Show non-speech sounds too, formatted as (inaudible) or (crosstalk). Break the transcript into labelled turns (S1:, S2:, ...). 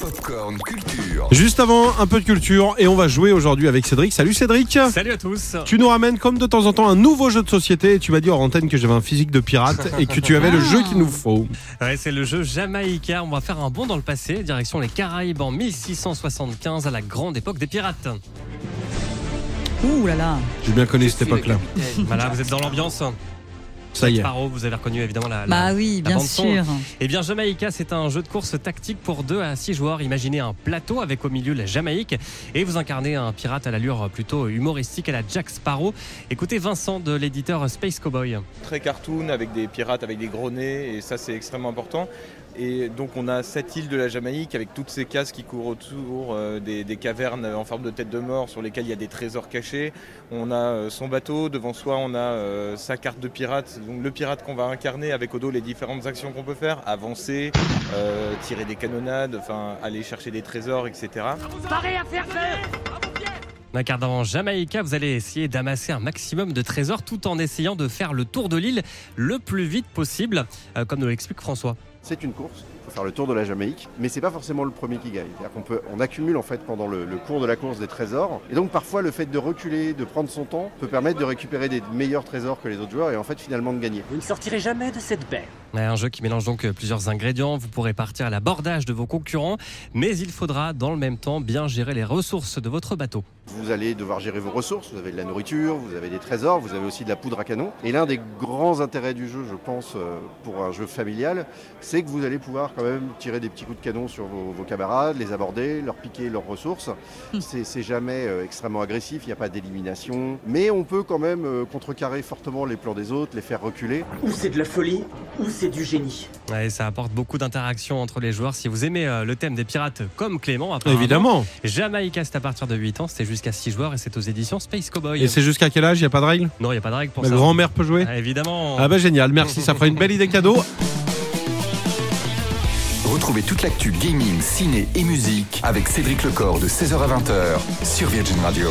S1: Popcorn Culture.
S2: Juste avant, un peu de culture et on va jouer aujourd'hui avec Cédric. Salut Cédric
S3: Salut à tous
S2: Tu nous ramènes comme de temps en temps un nouveau jeu de société et tu m'as dit hors antenne que j'avais un physique de pirate et que tu avais le jeu qu'il nous faut.
S3: ouais, C'est le jeu Jamaïca, on va faire un bond dans le passé, direction les Caraïbes en 1675 à la grande époque des
S4: (laughs)
S3: pirates.
S4: Ouh là là.
S2: J'ai bien connu cette époque-là.
S3: Voilà, vous êtes dans l'ambiance.
S2: Ça y est.
S3: Paro, vous avez reconnu évidemment la... la-
S4: Bah oui, bien
S3: bande son.
S4: sûr.
S3: Eh bien Jamaïca, c'est un jeu de course tactique pour 2 à 6 joueurs. Imaginez un plateau avec au milieu la Jamaïque et vous incarnez un pirate à l'allure plutôt humoristique à la Jack Sparrow. Écoutez Vincent de l'éditeur Space Cowboy.
S5: très cartoon avec des pirates, avec des gros nez, et ça c'est extrêmement important. Et donc on a cette île de la Jamaïque avec toutes ces cases qui courent autour, euh, des, des cavernes en forme de tête de mort sur lesquelles il y a des trésors cachés. On a euh, son bateau, devant soi on a euh, sa carte de pirate, donc le pirate qu'on va incarner avec au dos les différentes actions qu'on peut faire, avancer, euh, tirer des canonnades, enfin aller chercher des trésors, etc.
S3: Incarnant Jamaïca, vous allez essayer d'amasser un maximum de trésors tout en essayant de faire le tour de l'île le plus vite possible, euh, comme nous l'explique François.
S6: C'est une course, il faut faire le tour de la Jamaïque, mais c'est pas forcément le premier qui gagne. C'est-à-dire qu'on peut, on accumule en fait pendant le, le cours de la course des trésors, et donc parfois le fait de reculer, de prendre son temps, peut permettre de récupérer des meilleurs trésors que les autres joueurs et en fait finalement de gagner.
S7: Vous ne sortirez jamais de cette baie.
S3: Ouais, Un jeu qui mélange donc euh, plusieurs ingrédients, vous pourrez partir à l'abordage de vos concurrents, mais il faudra dans le même temps bien gérer les ressources de votre bateau.
S6: Vous allez devoir gérer vos ressources, vous avez de la nourriture, vous avez des trésors, vous avez aussi de la poudre à canon. Et l'un des grands intérêts du jeu, je pense, euh, pour un jeu familial, c'est que vous allez pouvoir quand même tirer des petits coups de canon sur vos, vos camarades, les aborder, leur piquer leurs ressources. C'est c'est jamais euh, extrêmement agressif, il n'y a pas d'élimination. Mais on peut quand même euh, contrecarrer fortement les plans des autres, les faire reculer.
S7: Ou c'est de la folie, ou c'est du génie.
S3: Ouais, ça apporte beaucoup d'interactions entre les joueurs. Si vous aimez euh, le thème des pirates comme Clément, apparemment,
S2: Évidemment.
S3: Jamaïca, c'est à partir de 8 ans, c'est jusqu'à 6 joueurs et c'est aux éditions Space Cowboy.
S2: Et c'est jusqu'à quel âge Il n'y a pas de règle
S3: Non, il n'y a pas de règle pour
S2: Ma
S3: ça.
S2: grand-mère peut jouer
S3: Ah, Évidemment.
S2: Ah bah génial, merci, ça fera une belle idée cadeau.
S1: Retrouvez toute l'actu gaming, ciné et musique avec Cédric Lecor de 16h à 20h sur Virgin Radio.